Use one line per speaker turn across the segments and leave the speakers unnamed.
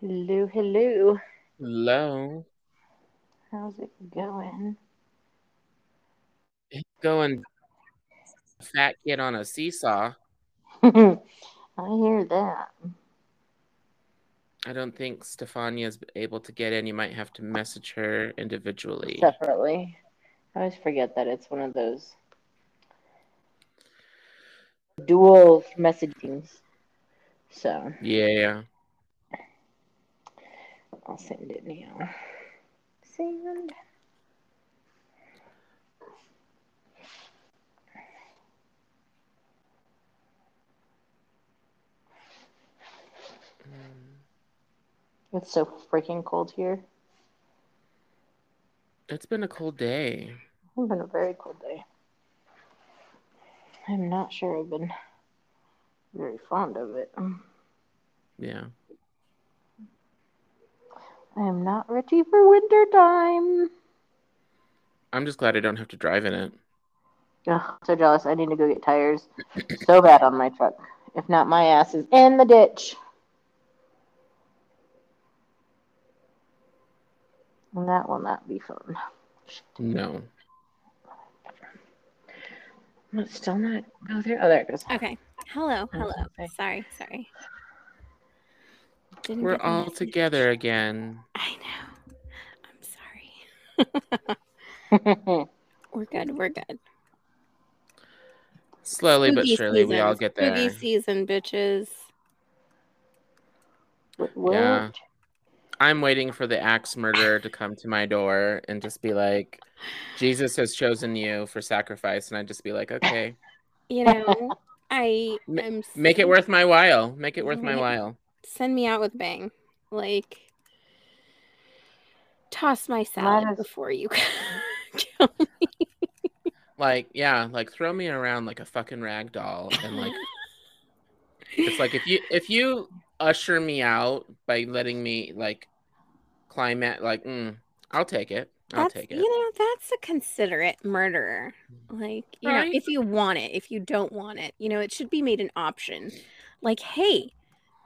Hello, hello.
Hello.
How's it going?
He's going fat kid on a seesaw.
I hear that.
I don't think Stefania is able to get in. You might have to message her individually.
Separately. I always forget that it's one of those dual messagings. So
Yeah.
I'll send it now. Send. Mm. It's so freaking cold here.
It's been a cold day.
It's been a very cold day. I'm not sure I've been very fond of it. I
Yeah.
am not ready for winter time.
I'm just glad I don't have to drive in it.
Ugh, so jealous. I need to go get tires so bad on my truck. If not, my ass is in the ditch. And that will not be fun.
No.
Let's still not go there. Oh, there it goes.
Okay. Hello.
Oh,
Hello.
okay.
Sorry. Sorry. Didn't
We're
get the
all
message.
together again.
I know. I'm sorry. We're good. We're good.
Slowly but
Spooky
surely, we all
season,
get there.
Spooky season, bitches.
Wait, what?
Yeah. I'm waiting for the axe murderer to come to my door and just be like, Jesus has chosen you for sacrifice. And I'd just be like, okay.
You know, I
Ma-
am.
Make it
so-
worth my while. Make it worth my
Right.
while.
Send me out with a bang. Like, toss my
Might
salad
as-
before you kill me.
Like, yeah, like throw me around like a fucking rag doll. And like it's like if you if you usher me out by letting me like climb at like mm, I'll take it. I'll
that's,
take it. Mm-hmm.
you know, that's a considerate murderer. Like, you
Right.
know, if you want it, if you don't want it, you know, it should be made an option. Like, hey,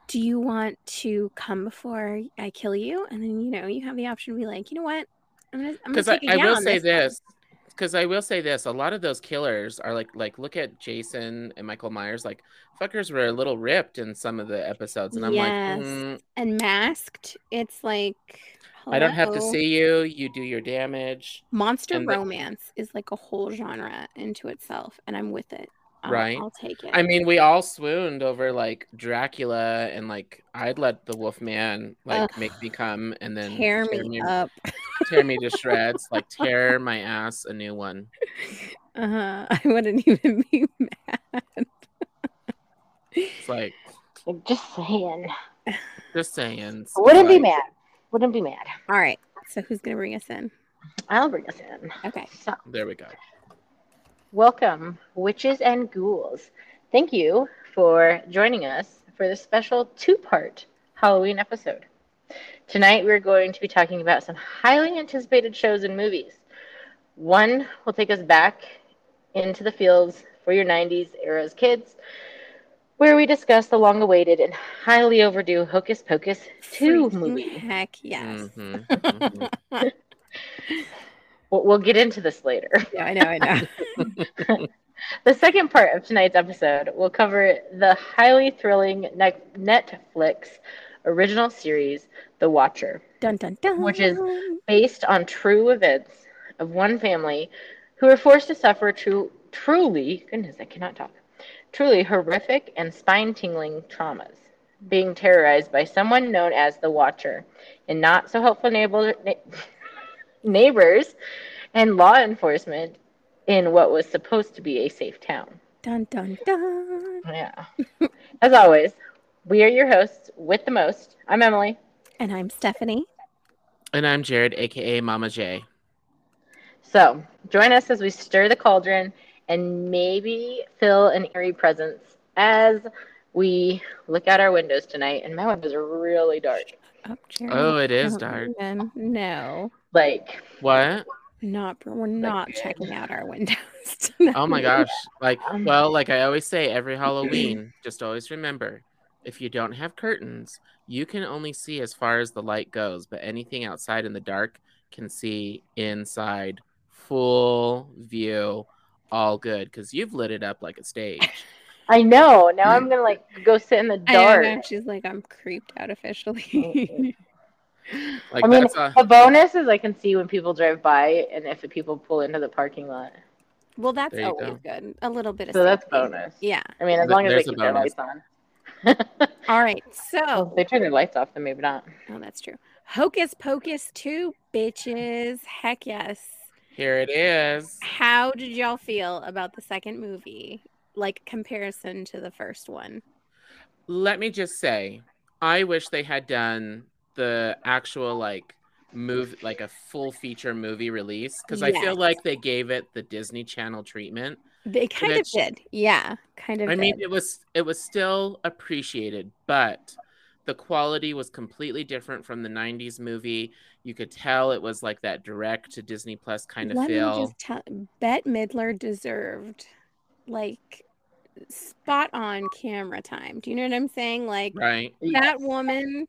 do you want to come before I kill you? And then, you know, you have the option to be like, you know what? I'm gonna, I'm gonna
Because I,
take a
I
yeah
will
on
say
one."
this. Because I will say this, a lot of those killers are like, like look at Jason and Michael Myers, like fuckers were a little ripped in some of the episodes, and I'm
Yes.
like, mm,
And masked, it's like,
I don't have to
hello?
see you. You do your damage.
Monster
and the-
romance is like a whole genre into itself, and I'm with it. I'll,
Right.
I'll take it.
I mean, we all swooned over like Dracula, and like I'd let the Wolfman like
Ugh.
make me come, and then
tear me up.
tear me to shreds, like tear my ass a new one.
Uh, I wouldn't even be mad.
It's like
I'm just saying.
just saying. it's
I wouldn't be
like-
mad. Wouldn't be mad.
All right. So who's gonna bring us in?
I'll bring us in.
Okay.
So,
There we go.
welcome, witches and ghouls. Thank you for joining us for this special two part Halloween episode. Tonight, we're going to be talking about some highly anticipated shows and movies. One will take us back into the fields for your 90s era's kids, where we discuss the long awaited and highly overdue Hocus Pocus 2
Freaking
movie.
Heck yes.
Mhm, mhm.
We'll, we'll get into this later.
Yeah, I know. I know.
The second part of tonight's episode will cover the highly thrilling ne- Netflix original series, The Watcher,
dun dun dun.
Which is- based on true events of one family who were forced to suffer true, truly, goodness, I cannot talk, truly horrific and spine tingling traumas, being terrorized by someone known as The Watcher and not so helpful neighbor, na- neighbors and law enforcement in what was supposed to be a safe town.
dun dun dun.
Yeah. As always, we are your hosts with the most. I'm Emily.
And I'm Stephanie.
and I'm Jared, aka Mama J.
So join us as we stir the cauldron and maybe feel an eerie presence as we look out our windows tonight, and my windows are really dark.
Up, Jeremy.
Oh, it is
Don't
dark.
even- No,
Like,
What?
not. We're not checking out our windows.
Oh my
tonight.
gosh. Like,
Um,
well, like I always say every Halloween, just always remember if you don't have curtains, you can only see as far as the light goes, but anything outside in the dark can see inside full view, all good, because you've lit it up like a stage.
I know. Now I'm gonna like go sit in the
I don't know.
dark.
She's like, I'm creeped out officially.
Like,
I mean,
that's a.
A bonus is I can see when people drive by and if the people pull into the parking lot.
well, that's
There you
always
go.
good. A little bit of.
So that's
safety.
bonus.
Yeah.
I mean, as
Th-
long as they
there's a
keep their
bonus.
lights on.
All right.
Oh,
So,
they turn their lights off, then maybe not.
oh, that's true. Hocus Pocus 2, bitches. Heck yes.
Here it is.
How did y'all feel about the second movie? Like comparison to the first one.
let me just say i wish they had done the actual like move like a full feature movie release because i feel
Yes.
like they gave it the disney channel treatment
They kind
Bitch.
of did. Yeah. Kind of
i mean
did.
it was it was still appreciated but the quality was completely different from the 90s movie you could tell it was like that direct to disney plus kind of
Let
feel
me just tell Bette Midler deserved like spot on camera time. Do you know what I'm saying? Like
right
that woman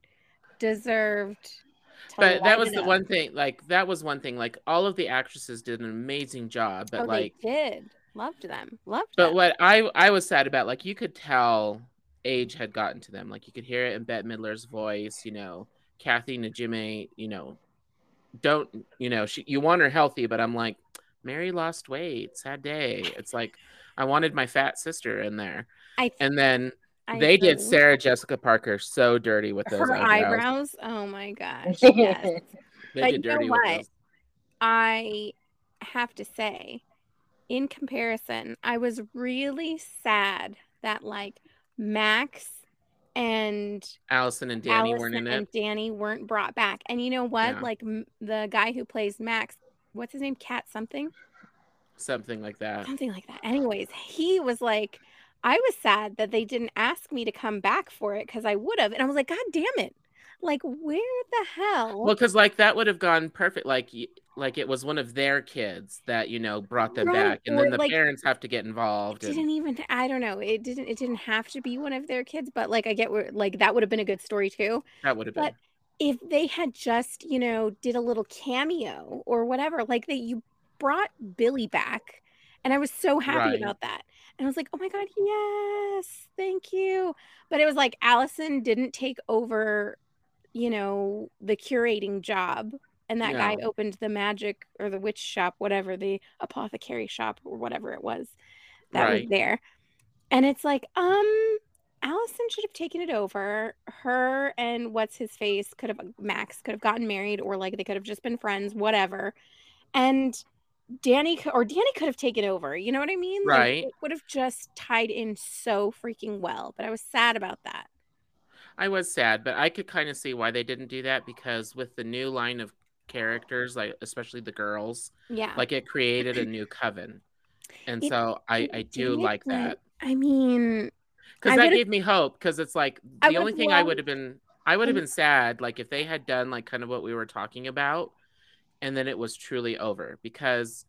deserved to
but that
light
was
it
the
up.
one thing like that was one thing like all of the actresses did an amazing job but
oh,
like
they did. Loved them. Loved
But
them.
what I I was sad about, like you could tell age had gotten to them. Like you could hear it in Bette Midler's voice. You know, Kathy Najimy. You know, don't you know? She, you want her healthy, but I'm like, Mary lost weight. Sad day. It's like I wanted my fat sister in there.
I th-
And then
I
they did
agree.
Sarah Jessica Parker so dirty with those
her
eyebrows.
eyebrows. Oh my gosh. Yes.
They
But
did
you know
dirty
what?
with those.
I have to say, in comparison, I was really sad that like Max and
Allison and Danny weren't
Allison
in
and
it.
Danny weren't brought back. And you know what?
Yeah.
Like m- the guy who plays Max, what's his name? Cat something,
Something like that.
something like that. Anyways, he was like, I was sad that they didn't ask me to come back for it because I would have. And I was like, God damn it! Like, where the hell?
Well, because like that would have gone perfect. Like, y- like it was one of their kids that you know brought them
Right,
back, and
or,
then the
like,
parents have to get
it
involved.
didn't
And,
even i don't know it didn't it didn't have to be one of their kids but like i get where like that would have been a good story too
that would have been
but if they had just you know did a little cameo or whatever like that you brought billy back and i was so happy
Right.
about that and i was like oh my god yes thank you but it was like allison didn't take over you know the curating job and that guy
No.
opened the magic or the witch shop whatever the apothecary shop or whatever it was that was
right.
there. And it's like, um, Allison should have taken it over. Her and what's his face could have Max could have gotten married, or like they could have just been friends, whatever. And Danny c- or Danny could have taken over. You know what I mean? Like,
Right.
it would have just tied in so freaking well. But I was sad about that.
I was sad, but I could kind of see why they didn't do that because with the new line of characters, like especially the girls,
Yeah.
like it created a new coven, and
It-
so I
it
I do
did,
like
like,
that
I mean, I
because that
would've-
gave me hope because it's like
I
the only
would've Mm-hmm.
thing I
loved-
would have been I would have
I-
been sad like if they had done like kind of what we were talking about and then it was truly over because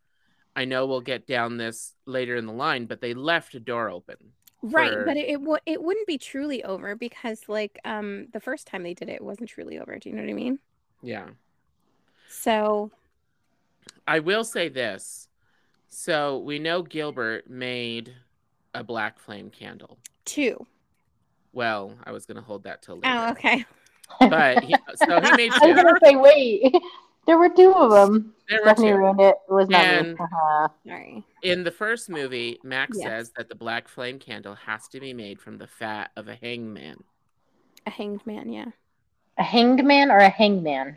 I know we'll get down this later in the line but they left a door open
right,
for-
but it it, w- it wouldn't be truly over because like um the first time they did it, it wasn't truly over. Do you know what I mean?
yeah
So
I will say this so we know Gilbert made a black flame candle
two.
well I was gonna hold that till later
Oh, okay.
but he, so he made
I was
two
gonna say, wait, there were two of them.
there were
Stephanie
two
ruined it. It was not me. Uh-huh.
And-
Haha.
Sorry.
In the first movie, Max
Yes.
says that the black flame candle has to be made from the fat of a hangman.
A hanged man, yeah.
A hanged man or a hangman?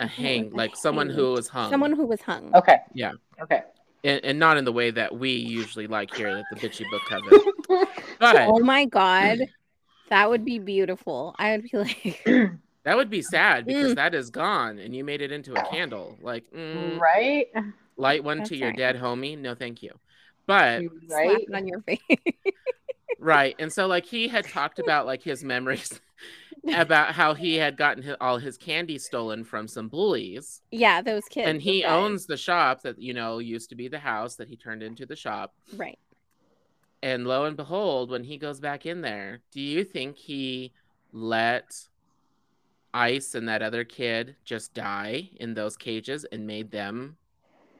A
Okay,
hang,
a
like someone
hang.
who was hung.
Someone who was hung.
Okay.
Yeah.
Okay.
and, and not in the way that we usually like here at the bitchy book coven. But
Oh my god.
Mm.
That would be beautiful. I would be like,
that would be sad because
Mm.
that is gone and you made it into a candle. Like, mm,
Right.
light one
That's
to your
right.
dead homie. No, thank you. But
You
slap
Right.
it on your face.
Right. And so like he had talked about like his memories about how he had gotten hi- all his candy stolen from some bullies.
yeah, those kids.
And he
those guys.
owns the shop that you know used to be the house that he turned into the shop.
right.
And lo and behold, when he goes back in there, do you think he let Ice and that other kid just die in those cages and made them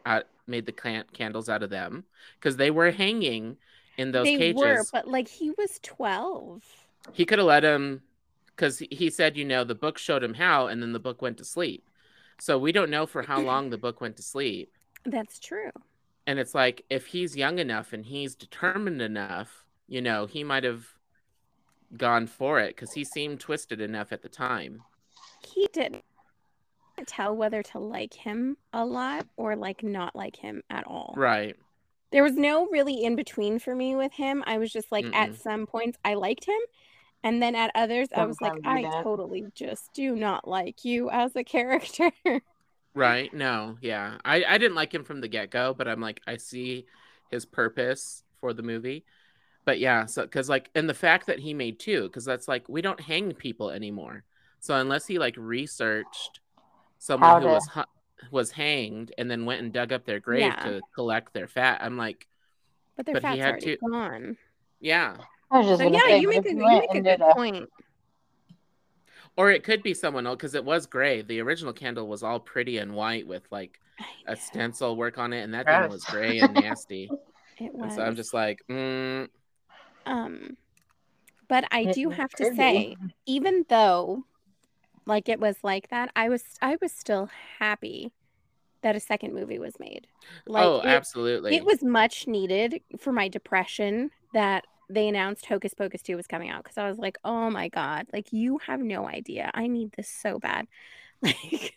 out made the can- candles out of them because they were hanging in those
they
cages.
were, but like he was twelve.
he could have let him because he said you know the book showed him how and then the book went to sleep so we don't know for how long the book went to sleep
That's true.
and it's like if he's young enough and he's determined enough you know he might have gone for it because he seemed twisted enough at the time
He didn't tell whether to like him a lot or like not like him at all.
right
There was no really in between for me with him. I was just like, at some points, I liked him. And then at others, I was like, I
Sometimes you don't.
totally just do not like you as a character.
right no yeah i i didn't like him from the get-go but i'm like i see his purpose for the movie but yeah so because like and the fact that he made two because that's like we don't hang people anymore so unless he like researched someone
How
who
to-
was hu- was hanged and then went and dug up their grave
Yeah.
to collect their fat i'm like
but their
But he
fat's
had
already
to-
gone.
yeah
I was just
So
gonna
yeah,
say,
you
what if
make a, you
went
make a
and
good
did a-
point.
or it could be someone else because it was gray the original candle was all pretty and white with like a stencil work on it and that thing
Gross.
was gray and nasty
It
and
was.
so i'm just like mm,
um, but I
It
do
was
have to
pretty.
say, even though, like it was like that, I was I was still happy that a second movie was made. Like
oh,
it-
absolutely.
It was much needed for my depression that they announced Hocus Pocus 2 was coming out because I was like, oh my God, like you have no idea. I need this so bad. Like,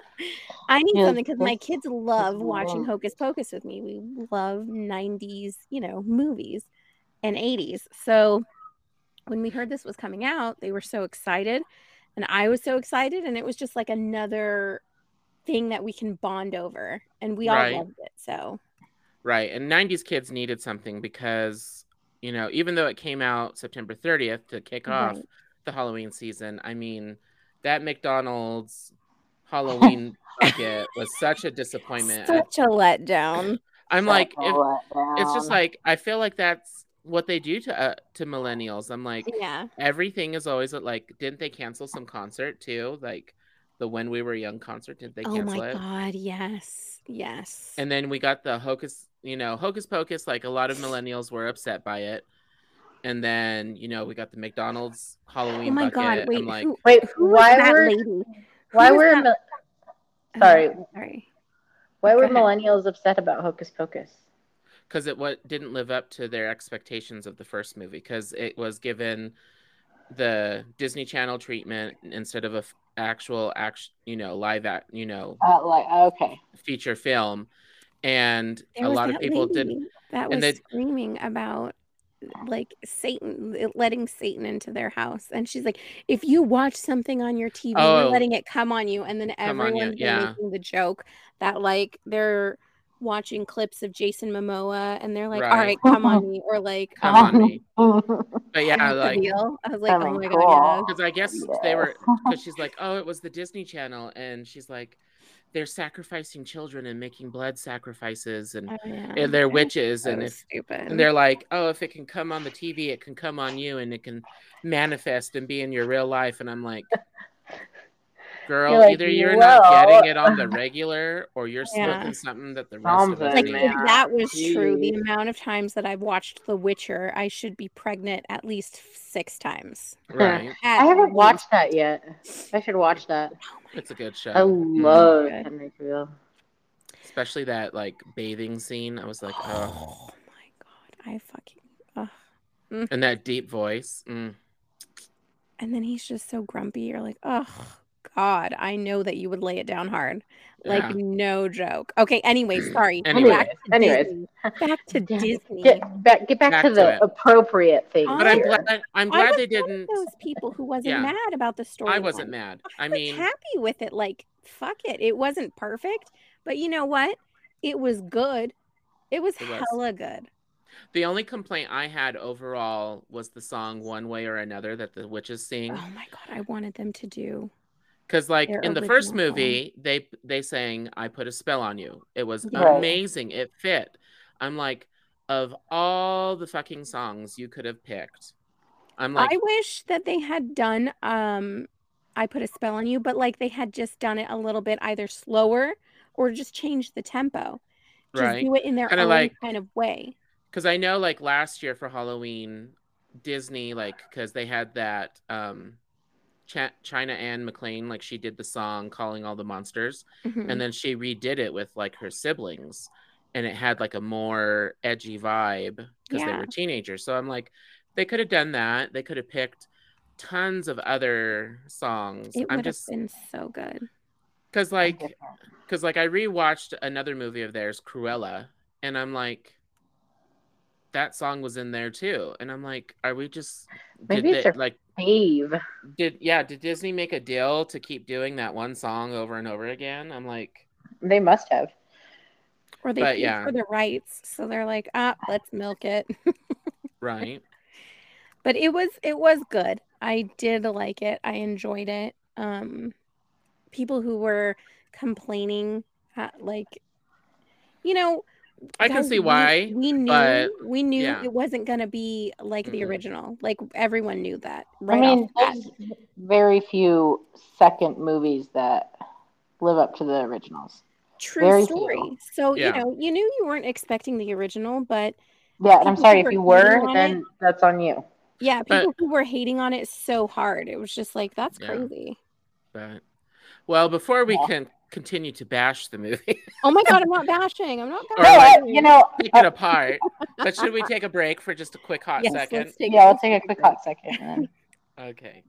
I need
Yeah,
something because my
this-
kids love
we
watching
want.
Hocus Pocus with me. We love 90s, you know, movies and 80s. So when we heard this was coming out, they were so excited. And I was so excited. And it was just like another thing that we can bond over. And we all
Right.
loved it. So.
right. And 90s kids needed something because, you know, even though it came out September 30th to kick off
Right.
the Halloween season, I mean, that McDonald's Halloween bucket was such a disappointment. I-
Such a letdown.
I'm like,
Shut
if,
all that
it's just
down.
like, I feel like that's what they do to uh, to millennials. I'm like,
Yeah.
everything is always like, didn't they cancel some concert too? Like the When We Were Young concert, didn't they
oh
cancel
my
it?
god. Yes. Yes.
And then we got the hocus, you know, hocus pocus. Like a lot of millennials were upset by it. And then, you know, we got the McDonald's Halloween
oh my
bucket.
god. Wait.
I'm like,
who,
Wait,
who was
why
that
were
lady?
why
was
were
that-
mil-
Oh,
Sorry.
sorry.
why
Go
were
ahead.
millennials upset about Hocus Pocus?
because it what didn't live up to their expectations of the first movie because it was given the Disney Channel treatment instead of a f- actual action, you know, live act, you know,
Uh, like okay,
feature film, and
There
a
was
lot of
that
people did.
lady That was
and they-
screaming about like Satan letting Satan into their house, and she's like, "If you watch something on your TV,
Oh.
you're letting it come on you." And then
Come on you,
everyone's been
yeah.
making the joke that like they're watching clips of Jason Momoa, and they're like, "All
Right.
right, come on me," or like,
Come
"Oh,
on me, but yeah,
That's the
like
deal. I was like,
Coming
oh my god,
cool.
because I guess they were because she's like, oh, it was the Disney Channel, and she's like, they're sacrificing children and making blood sacrifices, and,
yes. Oh, yeah.
and they're
That
witches,
was
and if
stupid.
and they're like, oh, if it can come on the TV, it can come on you, and it can manifest and be in your real life, and I'm like. Girl,
You're like,
either you're not
"Well."
getting it on the regular, or you're
Yeah.
smoking something that the rest of
Something,
us
like
need.
man.
if that was true, the
Jeez.
amount of times that I've watched The Witcher, I should be pregnant at least six times.
right?
At
I haven't
least.
watched that yet. I should watch that.
It's a good show.
I
Mm.
love
Okay.
Henry Cavill.
especially that like bathing scene. I was like, oh,
Oh my god, I fucking.
and that deep voice. Mm.
And then he's just so grumpy. You're like, oh god, I know that you would lay it down hard. Like
Yeah.
no joke. Okay. Anyway, sorry.
Anyway.
Back to
Anyways.
Disney. back to
Damn.
Disney.
Get back, get back,
Back
to
to
the
it.
appropriate thing.
But
But I'm
here.
glad. I'm
I
glad
was
they
one of
didn't.
Those people who wasn't
Yeah.
mad about the story.
I wasn't mad. I mean,
happy with it. Like, fuck it. It wasn't perfect, but you know what? It was good. It was
It was.
hella good.
The only complaint I had overall was the song "One Way or Another" that the witches sing,
Oh my god, I wanted them to do.
because like
Their
in the first
original song.
movie, they they sang "I Put a Spell on You." It was
Yeah. Right.
amazing. It fit. I'm like, of all the fucking songs you could have picked, I'm like,
I wish that they had done um I put a spell on you, but like they had just done it a little bit either slower or just changed the tempo. Just
right?
do it in their
Kinda
own
like-
kind of way.
because I know like last year for Halloween, Disney like because they had that um, Ch- China Ann McLean like she did the song calling all the monsters,
Mhm.
and then she redid it with like her siblings, and it had like a more edgy vibe because they
Yeah.
were teenagers. So I'm like, they could have done that. They could have picked tons of other songs.
it
I'm
would have
just
been so good.
because like because like I rewatched another movie of theirs, Cruella, and I'm like, that song was in there too, and I'm like, are we just
Maybe
did
it's
they-
their-
like
Dave.
did yeah did Disney make a deal to keep doing that one song over and over again? I'm like,
They must have.
Or they
But
paid
yeah.
for the rights, so they're like, ah, let's milk it.
right,
But it was it was good. I did like it. I enjoyed it. Um, people who were complaining, uh, like, you know,
I can
guys,
see
we-
why.
We, knew
but,
we knew
yeah. Mm-hmm.
it wasn't gonna be like the
Mm-mm.
original. Like everyone knew that.
I
Right
mean,
off the bat.
there's very few second movies that live up to the originals.
true
very
story.
few.
So
Yeah.
you know, you knew you weren't expecting the original, but
Yeah, and I'm
People
sorry
who
if you
were hating
were,
on
then that's on you.
yeah,
But-
people who were hating on it so hard, it was just like that's
Yeah.
crazy.
but well, before we
Yeah.
can continue to bash the movie,
Oh my god, I'm not bashing. I'm not
Or
No,
bashing.
I- you know,
take
uh,
it apart, but should we take a break for just a quick hot
Yes, let's
second?
take-
yeah, I'll take a quick hot second. and then-
Okay.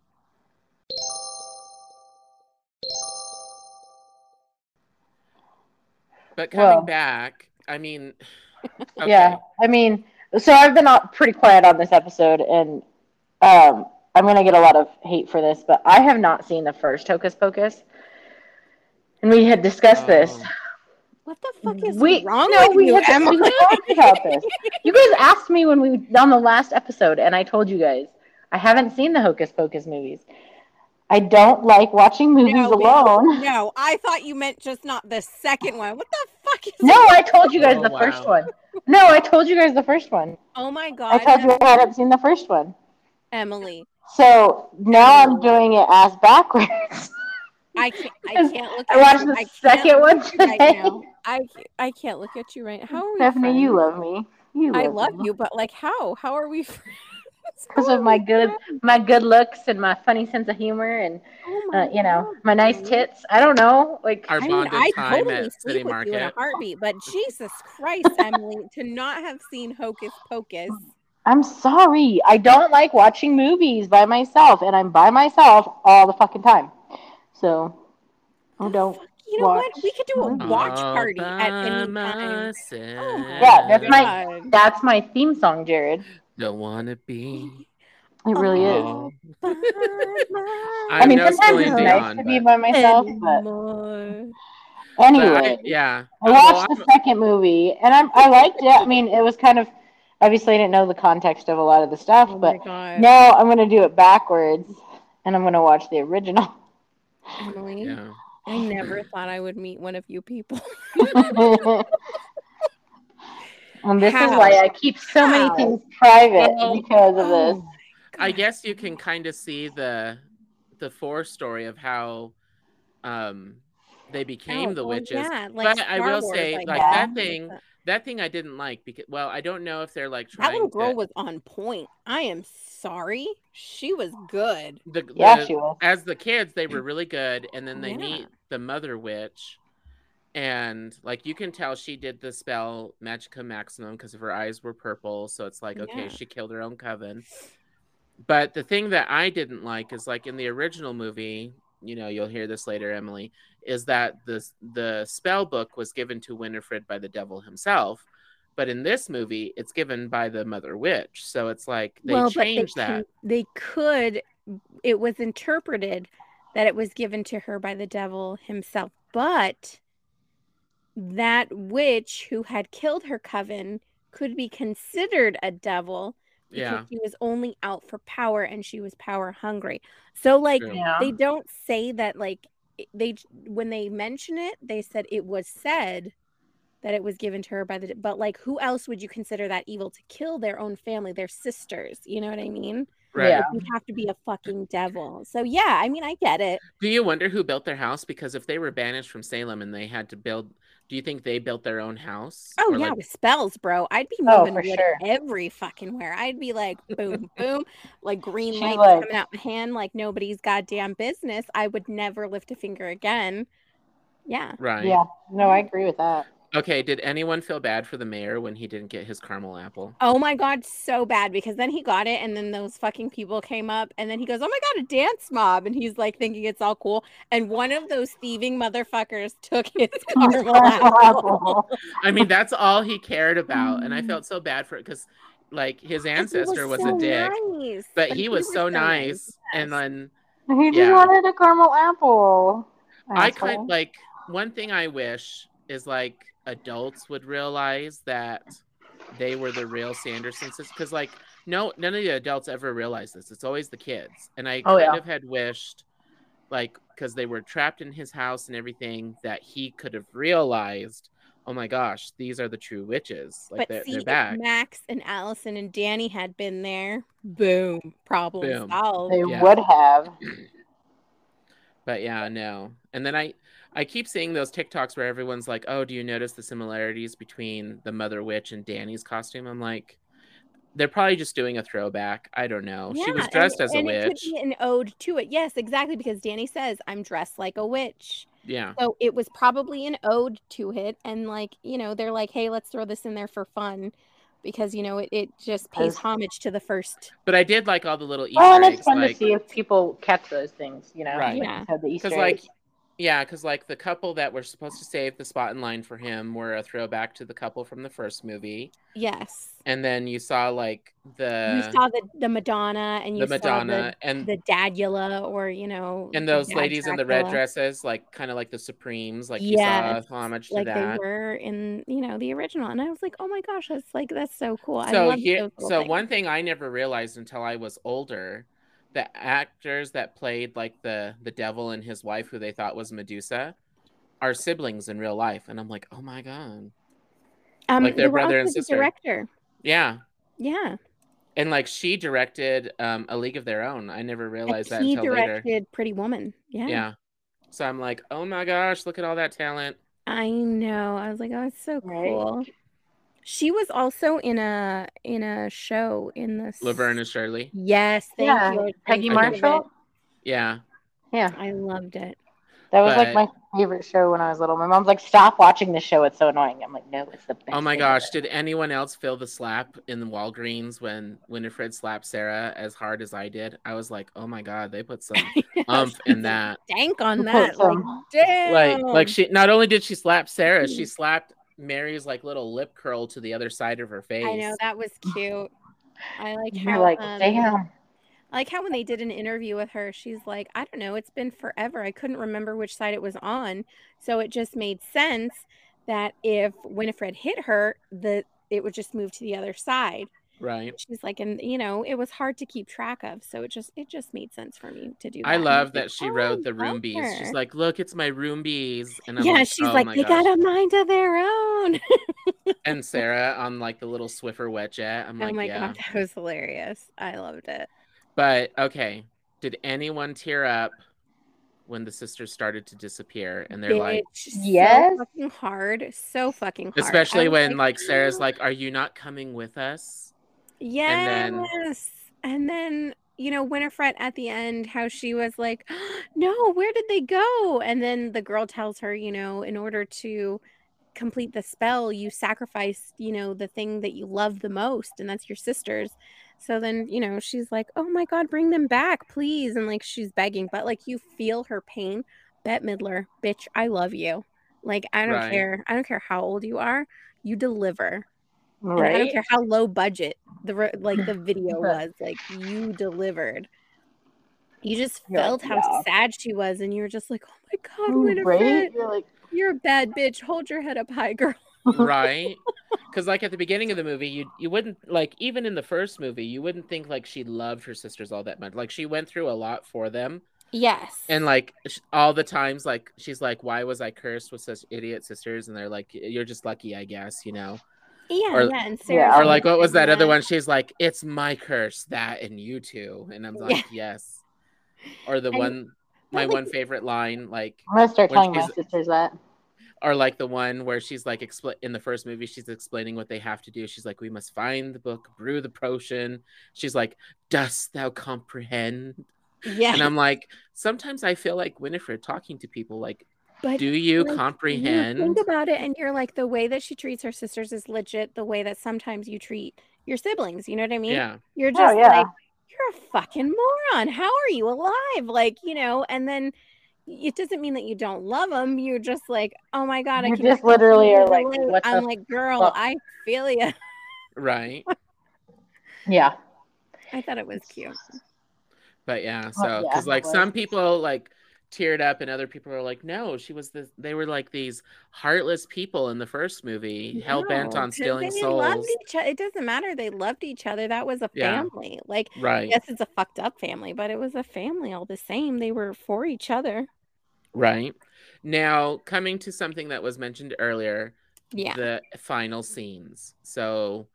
But coming
Well.
back, I mean, okay,
Yeah, I mean, so I've been out pretty quiet on this episode, and um, I'm gonna get a lot of hate for this, but I have not seen the first Hocus Pocus, and we had discussed this.
um,
What the fuck is
we,
wrong
no,
with
we
you,
had,
Emma?
We talked about this. You guys asked me when we on the last episode, and I told you guys I haven't seen the Hocus Pocus movies. I don't like watching movies
No, we-
alone.
No, I thought you meant just not the second one. What the fuck is
No, I told you guys
Oh,
the
wow.
first one. No, I told you guys the first one.
Oh my
I
god,
told you I hadn't seen the first one.
Emily.
So now I'm doing it ass backwards.
I can't I can't look
I
at
watched
you.
the
can't
second
look
one
at you right
today.
now. I I can't look at you right now. How are we
Stephanie, you
friends?
love me. You love
I love
me.
you, but like how? How are we friends?
because
How
of
are
my
we
good
friends?
my good looks and my funny sense of humor and
Oh my
uh, you know
God,
my nice
Emily.
tits. I don't know, like
Our
I mean,
bonded
I
time
totally
at City
sleep with you in a
Market.
heartbeat, but Jesus Christ, Emily, to not have seen Hocus Pocus.
I'm sorry. I don't like watching movies by myself, and I'm by myself all the fucking time. So, I
The
Oh, don't.
fuck- You know what?
watch
We could do a
movies.
watch
um, all
party at
by
any time. Oh my
Yeah, that's my-
God.
That's my theme song, Jared.
Don't want to be.
It really is.
all-
By
I mean,
Oh, know
sometimes
Celine
it's nice
Dion,
to be
but-
by myself, but
anymore.
But I-
anyway,
yeah.
I watched the second movie, and I'm, I liked it. I mean, it was kind of obviously I didn't know the context of a lot of the stuff,
Oh
but
my god,
now I'm gonna do it backwards, and I'm gonna watch the original.
Emily!
Yeah.
I never thought I would meet one of you people.
and this is
How?
why I keep so many
How?
things private
Well,
because of
Oh
this.
I guess you can kind of see the the fore story of how um they became
Oh,
the
well,
witches.
Yeah, like
but I
Star
will
Wars,
say,
like
like
Yeah.
that thing, that thing I didn't like because well, I don't know if they're like
That
trying
little girl
to,
was on point. I am sorry. She was good.
the,
Yeah,
the-
she was.
as the kids they were really good and then they
Yeah.
meet the mother witch and like you can tell she did the spell magica maximum because her eyes were purple so it's like okay
Yeah.
she killed her own coven but the thing that i didn't like is like in the original movie you know you'll hear this later emily is that the the spell book was given to winifred by the devil himself but in this movie it's given by the mother witch so it's like they changed
they,
that
can- they could it was interpreted that it was given to her by the devil himself, but that witch who had killed her coven could be considered a devil because
Yeah.
she was only out for power and she was power hungry. So like
True.
Yeah.
they don't say that like it- they when they mention it they said it was said that it was given to her by the but like who else would you consider that evil to kill their own family their sisters you know what i mean
Right.
Yeah.
you have to be a fucking devil so yeah i mean i get it
Do you wonder who built their house? Because if they were banished from Salem and they had to build, do you think they built their own house?
oh
Or,
yeah
like-
with spells bro i'd be
Oh,
moving
for
wood
sure.
every fucking where i'd be like boom boom like green
She
lights
like-
coming out my hand like nobody's goddamn business i would never lift a finger again yeah
right.
Yeah. No, I agree with that.
Okay. Did anyone feel bad for the mayor when he didn't get his caramel apple?
Oh my god, so bad because then he got it, and then those fucking people came up, and then he goes, "Oh my god, a dance mob!" And he's like thinking it's all cool, and one of those thieving motherfuckers took his caramel apple.
I mean, that's all he cared about, and I felt so bad for it because, like, his
And he
ancestor was,
so
a dick,
nice,
but
and
he was
was
so nice. And
yes.
then
He just
Yeah.
wanted a caramel apple.
I
Asshole.
kind like one thing I wish is like adults would realize that they were the real Sanderson sisters because like no none of the adults ever realize this. It's always the kids, and I
Oh,
kind
yeah.
of had wished like because they were trapped in his house and everything that he could have realized. Oh my gosh, these are the true witches. Like
but
they're,
see,
they're
if
back.
Max and Allison and Danny had been there. Boom, problem
Boom.
solved.
They
Yeah.
would have.
But yeah, no. And then I I keep seeing those TikToks where everyone's like, "Oh, do you notice the similarities between the Mother Witch and Danny's costume?" I'm like, they're probably just doing a throwback. I don't know. Oh, she was
and-
dressed as a
and It
witch.
could be an ode to it. Yes, exactly, because Danny says, "I'm dressed like a witch."
Yeah.
So it was probably an ode to it. And like, you know, they're like, hey, let's throw this in there for fun because, you know, it, it just pays
Perfect.
homage to the first.
But I did like all the little Easter
Oh,
Well, and
eggs,
it's fun
like
to see if people catch those things, you know?
Right.
Yeah.
Have the Easter
because like
eggs.
yeah, because like the couple that were supposed to save the spot in line for him were a throwback to the couple from the first movie,
Yes.
and then you saw like the
you saw the, the Madonna and you
the Madonna
saw
and
the, the Dadula or, you know,
and
the
those
Dad
ladies in the red
Dracula,
dresses, like kind of like the Supremes, like you
Yes,
saw homage to
Like
that.
they were in, you know, the original. And I was like, oh my gosh, that's like, that's so cool. I
So
love
here,
those little
so
things.
one thing I never realized until I was older, the actors that played like the the devil and his wife, who they thought was Medusa, are siblings in real life, and I'm like, oh my god,
um,
like their
they were
brother and
also the
sister.
director.
yeah.
Yeah.
And like she directed um, a League of Their Own. I never
And
realized that
he
until
directed
later.
Pretty Woman.
Yeah. So I'm like, oh my gosh, look at all that talent.
I know. I was like, oh, it's so
Right.
cool. She was also in a in a show in the s-
Laverne and Shirley.
Yes, thank
Yeah,
you. I was
Peggy
thinking of
Marshall?
Yeah.
Yeah.
it. I loved it.
That was like
But-
my favorite show when I was little. My mom's like, "Stop watching this show; it's so annoying." I'm like, "No, it's the best."
Oh my
thing
gosh!
ever."
Did anyone else feel the slap in the Walgreens when Winifred slapped Sarah as hard as I did? I was like, oh my god, they put some umph in Um, that.
Dank on
Who
that.
put
Like,
some-
damn.
Like, like she not only did she slap Sarah,
Mm.
she slapped Mary's like little lip curl to the other side of her face.
I know that was cute. I like
You're
how
like,
um,
"Damn!"
I like how when they did an interview with her, she's like, I don't know, it's been forever. I couldn't remember which side it was on. So it just made sense that if Winifred hit her, the it would just move to the other side.
right?
She's like, and you know, it was hard to keep track of. So it just it just made sense for me to do that.
I
And
love
was
that
like,
she
"Oh,
rode the
love
room bees.
her."
She's like, look, it's my room bees, and I'm
Yeah,
like,
she's
oh
like,
my
they
gosh.
got a mind of their own.
And Sarah on like the little Swiffer wet jet. I'm
oh
like,
my
yeah.
god, that was hilarious. I loved it.
But okay, did anyone tear up when the sisters started to disappear and they're like,
Bitch,
yes.
so fucking hard, so fucking hard. I
especially
was
when like, Sarah's like, "Are you not coming with us?"
Yes.
then-
and then, you know, Winifred at the end, how she was like, no, where did they go? And then the girl tells her, you know, in order to complete the spell, you sacrifice, you know, the thing that you love the most, and that's your sisters. So then, you know, she's like, oh my God, bring them back, please. And like, she's begging, but like, you feel her pain. Bette Midler, bitch, I love you. Like, I don't
Right.
care. I don't care how old you are. You deliver. And I don't
Right?
care how low budget the re- like the video
Right.
was. Like you delivered. You just
You're like,
felt how
yeah.
sad she was, and you were just like, "Oh my god,
Mm,
Ooh,
Winifred,
Right? Hmm, You're like,
you're a bad bitch. Hold your head up high, girl."
right? Because like at the beginning of the movie, you you wouldn't like even in the first movie, you wouldn't think like she loved her sisters all that much. Like she went through a lot for them,
Yes.
and like sh- all the times, like she's like, "Why was I cursed with such idiot sisters?" And they're like, "You're just lucky, I guess," you know.
yeah,
or-
yeah, and Sarah
Yeah.
Or like, what was that other
Yeah.
one? She's like, "It's my curse, that and you two. and I'm like, "Yes." Or the
And-
one, my
like-
one favorite line, like
I'm gonna start
Which
telling my
is-
sisters that.
or like the one where she's like expl- in the first movie she's explaining what they have to do she's like we must find the book brew the potion she's like dost thou comprehend
Yeah.
and i'm like sometimes i feel like winifred talking to people like
but
do you
like, you
comprehend
You think about it, and you're like, the way that she treats her sisters is legit the way that sometimes you treat your siblings. You know what I mean?
yeah
You're
Oh
just
yeah.
like, you're a fucking moron. How are you alive? Like, you know, and then it doesn't mean that you don't love them. You're just like, oh my God, I
You
can
just literally are like, what the
I'm like, girl,
fuck?"
I feel you.
right
yeah.
I thought it was cute.
but yeah
Oh,
so
yeah,
because like
it was.
some people like teared up and other people are like no she was this they were like these heartless people in the first movie hell-bent
No,
on
'cause
stealing
they Loved
souls
each other. It doesn't matter. They loved each other. That was a
Yeah.
family. Like,
right
yes, it's a fucked up family, but it was a family all the same. They were for each other.
Right. Now, coming to something that was mentioned earlier,
Yeah.
the final scenes. So,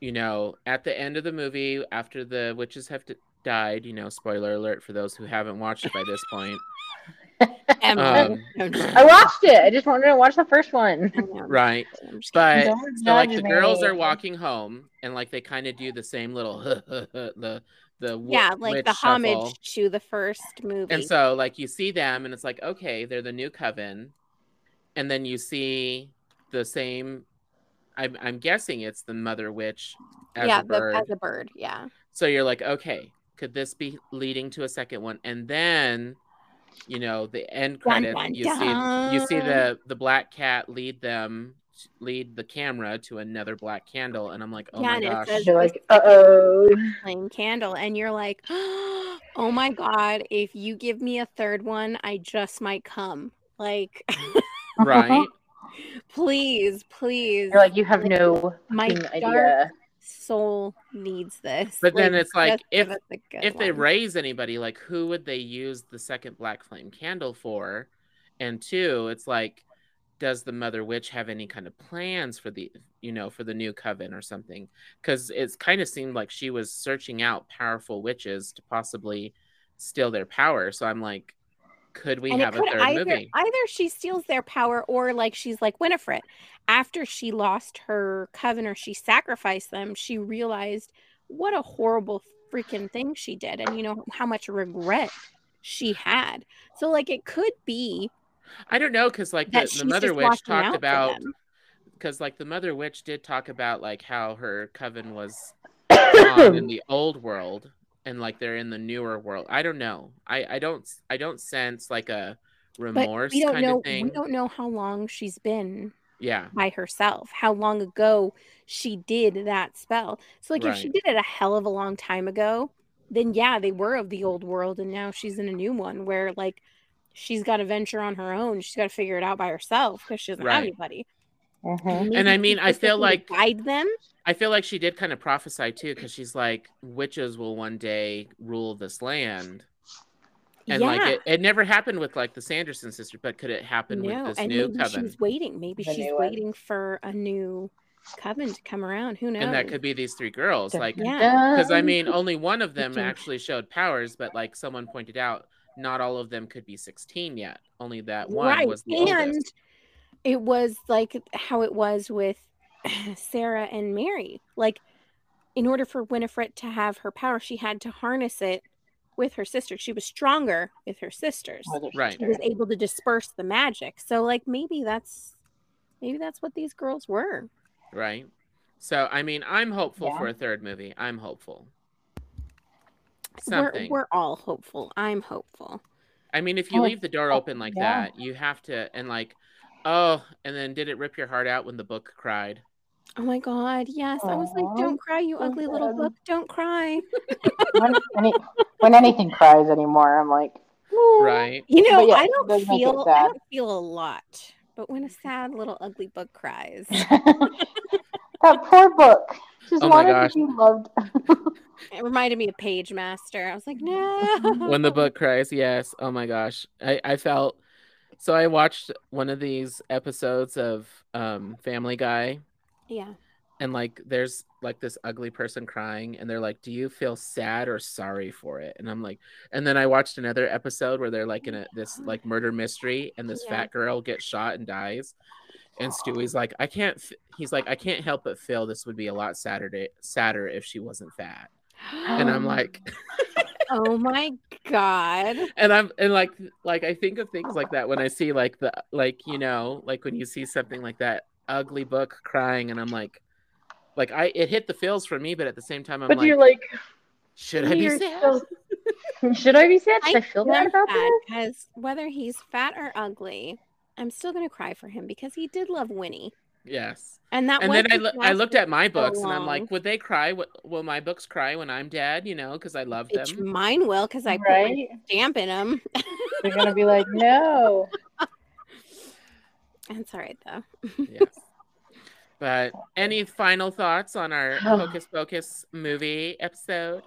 you know, at the end of the movie, after the witches have d- died, you know, spoiler alert for those who haven't watched it by this point.
Emily.
Um,
No, I'm just-
I watched it. I just wanted to watch the first one.
I know.
Right.
I'm just
But
kidding.
Don't
so, like,
judge
the girls
me.
are walking home and, like, they kind of do the same little, the, the, wi-
yeah, like
witch
the homage
shuffle.
to the first movie.
And so like you see them and it's like, okay, they're the new coven. And then you see the same I'm I'm guessing it's the mother witch as
yeah,
a bird.
The, as a bird. Yeah.
So you're like, okay, could this be leading to a second one? And then you know, the end
Dun,
credit
dun,
you see you see
dun.
the the black cat lead them lead the camera to another black candle and I'm like, oh
Yeah,
my
and it
gosh.
says-
You're like, uh oh.
flame candle and you're like oh my god if you give me a third one i just might come like
right?
please please
You're like, you have no
my
fucking
dark
idea.
soul needs this
But then it's like,
just give
if-
us a good
if they
one.
raise anybody, like who would they use the second black flame candle for? And two, it's like, does the mother witch have any kind of plans for the you know for the new coven or something? Because it's kind of seemed like she was searching out powerful witches to possibly steal their power. So I'm like, could we
and it
have a
could
third
either
movie?
either she steals their power or like she's like winifred after she lost her coven or she sacrificed them she realized what a horrible freaking thing she did and you know how much regret she had so like it could be
I don't know because like
that
the,
she's
the mother
just
witch
watching out
talked
for
about
them.
because like the mother witch did talk about like how her coven was on um, in the old world and like they're in the newer world. I don't know. I I don't I don't sense like a
but
remorse
we don't
kind
know
of
we
thing.
don't know how long she's been
Yeah,
by herself how long ago she did that spell so like if she
Right.
did it a hell of a long time ago then yeah they were of the old world and now she's in a new one where like she's got to venture on her own she's got to figure it out by herself because she doesn't have
Right.
anybody
Mhm.
I
Maybe
mean,
she's
I
just
feel
looking to
like-
guide them
I feel like she did kind of prophesy too because she's like witches will one day rule this land. And
yeah
like it, it never happened with like the Sanderson sister, but could it happen with
no
this
and
new
maybe she
coven?
was waiting maybe
The
she's
new one.
waiting for a new coven to come around who knows
And that could be these three girls. Like
Yeah.
because I mean, only one of them
Fifteen.
actually showed powers, but like someone pointed out, not all of them could be 16 yet. Only that one was the
and
oldest.
it was like how it was with sarah and mary like in order for winifred to have her power she had to harness it with her sisters she was stronger with her sisters
Mother
Right.
she
sister.
was able to disperse the magic so like maybe that's maybe that's what these girls were
right? So I mean, I'm hopeful
Yeah.
for a third movie. I'm hopeful.
we're,
Something.
we're all hopeful i'm hopeful
I mean, if you
Oh,
leave the door
oh,
open like
yeah.
that, you have to and like, oh, and then did it rip your heart out when the book cried?
oh my god yes i was
Aw.
like don't cry you ugly little
Um,
book don't cry
when, any, when anything cries anymore, I'm like, "Ooh."
Right?
You know,
But yeah,
I
it
don't
does make it
feel I
sad. Mm-hmm.
don't feel a lot but when a sad little ugly bug cries.
that poor book. Just
Oh my
wanted
gosh.
to be loved.
It reminded me of Page Master. I was like, no.
Mm-hmm.
when the book cries yes oh my gosh i i felt so i watched one of these episodes of um family guy
Yeah.
and like there's like this ugly person crying and they're like do you feel sad or sorry for it and i'm like and then i watched another episode where they're like in a this like murder mystery and this
Yeah.
fat girl gets shot and dies and stewie's like i can't f-, he's like i can't help but feel this would be a lot sadder to- sadder if she wasn't fat and
Um.
i'm like
oh my god.
and i'm and like like i think of things like that when i see like the like you know like when you see something like that ugly book crying and i'm like like i it hit the feels for me but at the same time i'm
But
like,
you're like,
should i be
you're
sad
so- should I be sad? Should I, feel bad about that?
because whether he's fat or ugly, I'm still gonna cry for him because he did love Winnie,
yes
and that.
and
was
then i
his
lo- i
last
looked at my
so
books and i'm like
long.
would they cry Wi- will my books cry when i'm dead you know because i love
bitch.
them
Mine will because I put my
right?
stamp in them.
They're gonna be like, no.
That's all right though.
yes but any final thoughts on our hocus pocus movie episode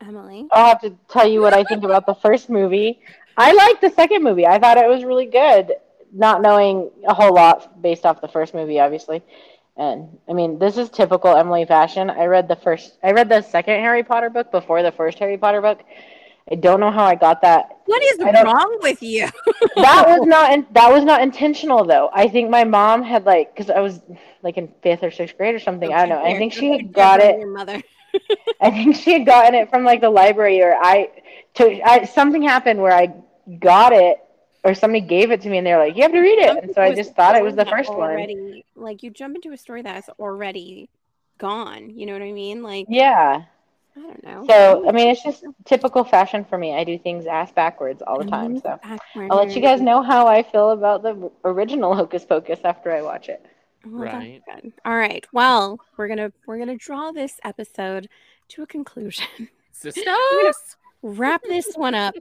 Emily.
I'll have to tell you what I think about the first movie. I liked the second movie. I thought it was really good, not knowing a whole lot based off the first movie, obviously. And I mean, this is typical Emily fashion. I read the first, I read the second Harry Potter book before the first Harry Potter book. I don't know how I got that.
What is
I don't-
wrong with you?
That was not, in, that was not intentional though. I think my mom had like, because I was like in fifth or sixth grade or something. I don't know. I think she had got it.
Your mother.
I think she had gotten it from like the library, or I took I, something happened where I got it, or somebody gave it to me, and they were like, "You have to read it." And so I just thought it was the first one.
one. Like you jump into a story that's already gone. You know what I mean? Like
Yeah.
I don't know.
So I mean, it's just typical fashion for me. I do things ass backwards all the time. So I'll let you guys know how I feel about the original Hocus Pocus after I watch it.
Well, that's
Right.
Oh good. All right. Well, we're gonna we're gonna draw this episode to a conclusion.
sisters
Wrap this one up.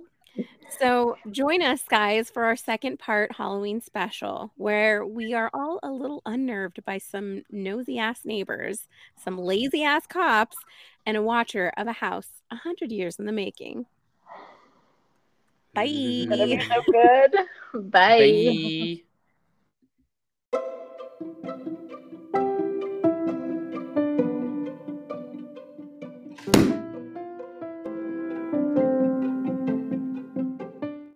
So join us guys for our second part Halloween special where we are all a little unnerved by some nosy ass neighbors, some lazy ass cops, and a watcher of a house a hundred years in the making. Bye.
That'll be so good. Bye.
Bye.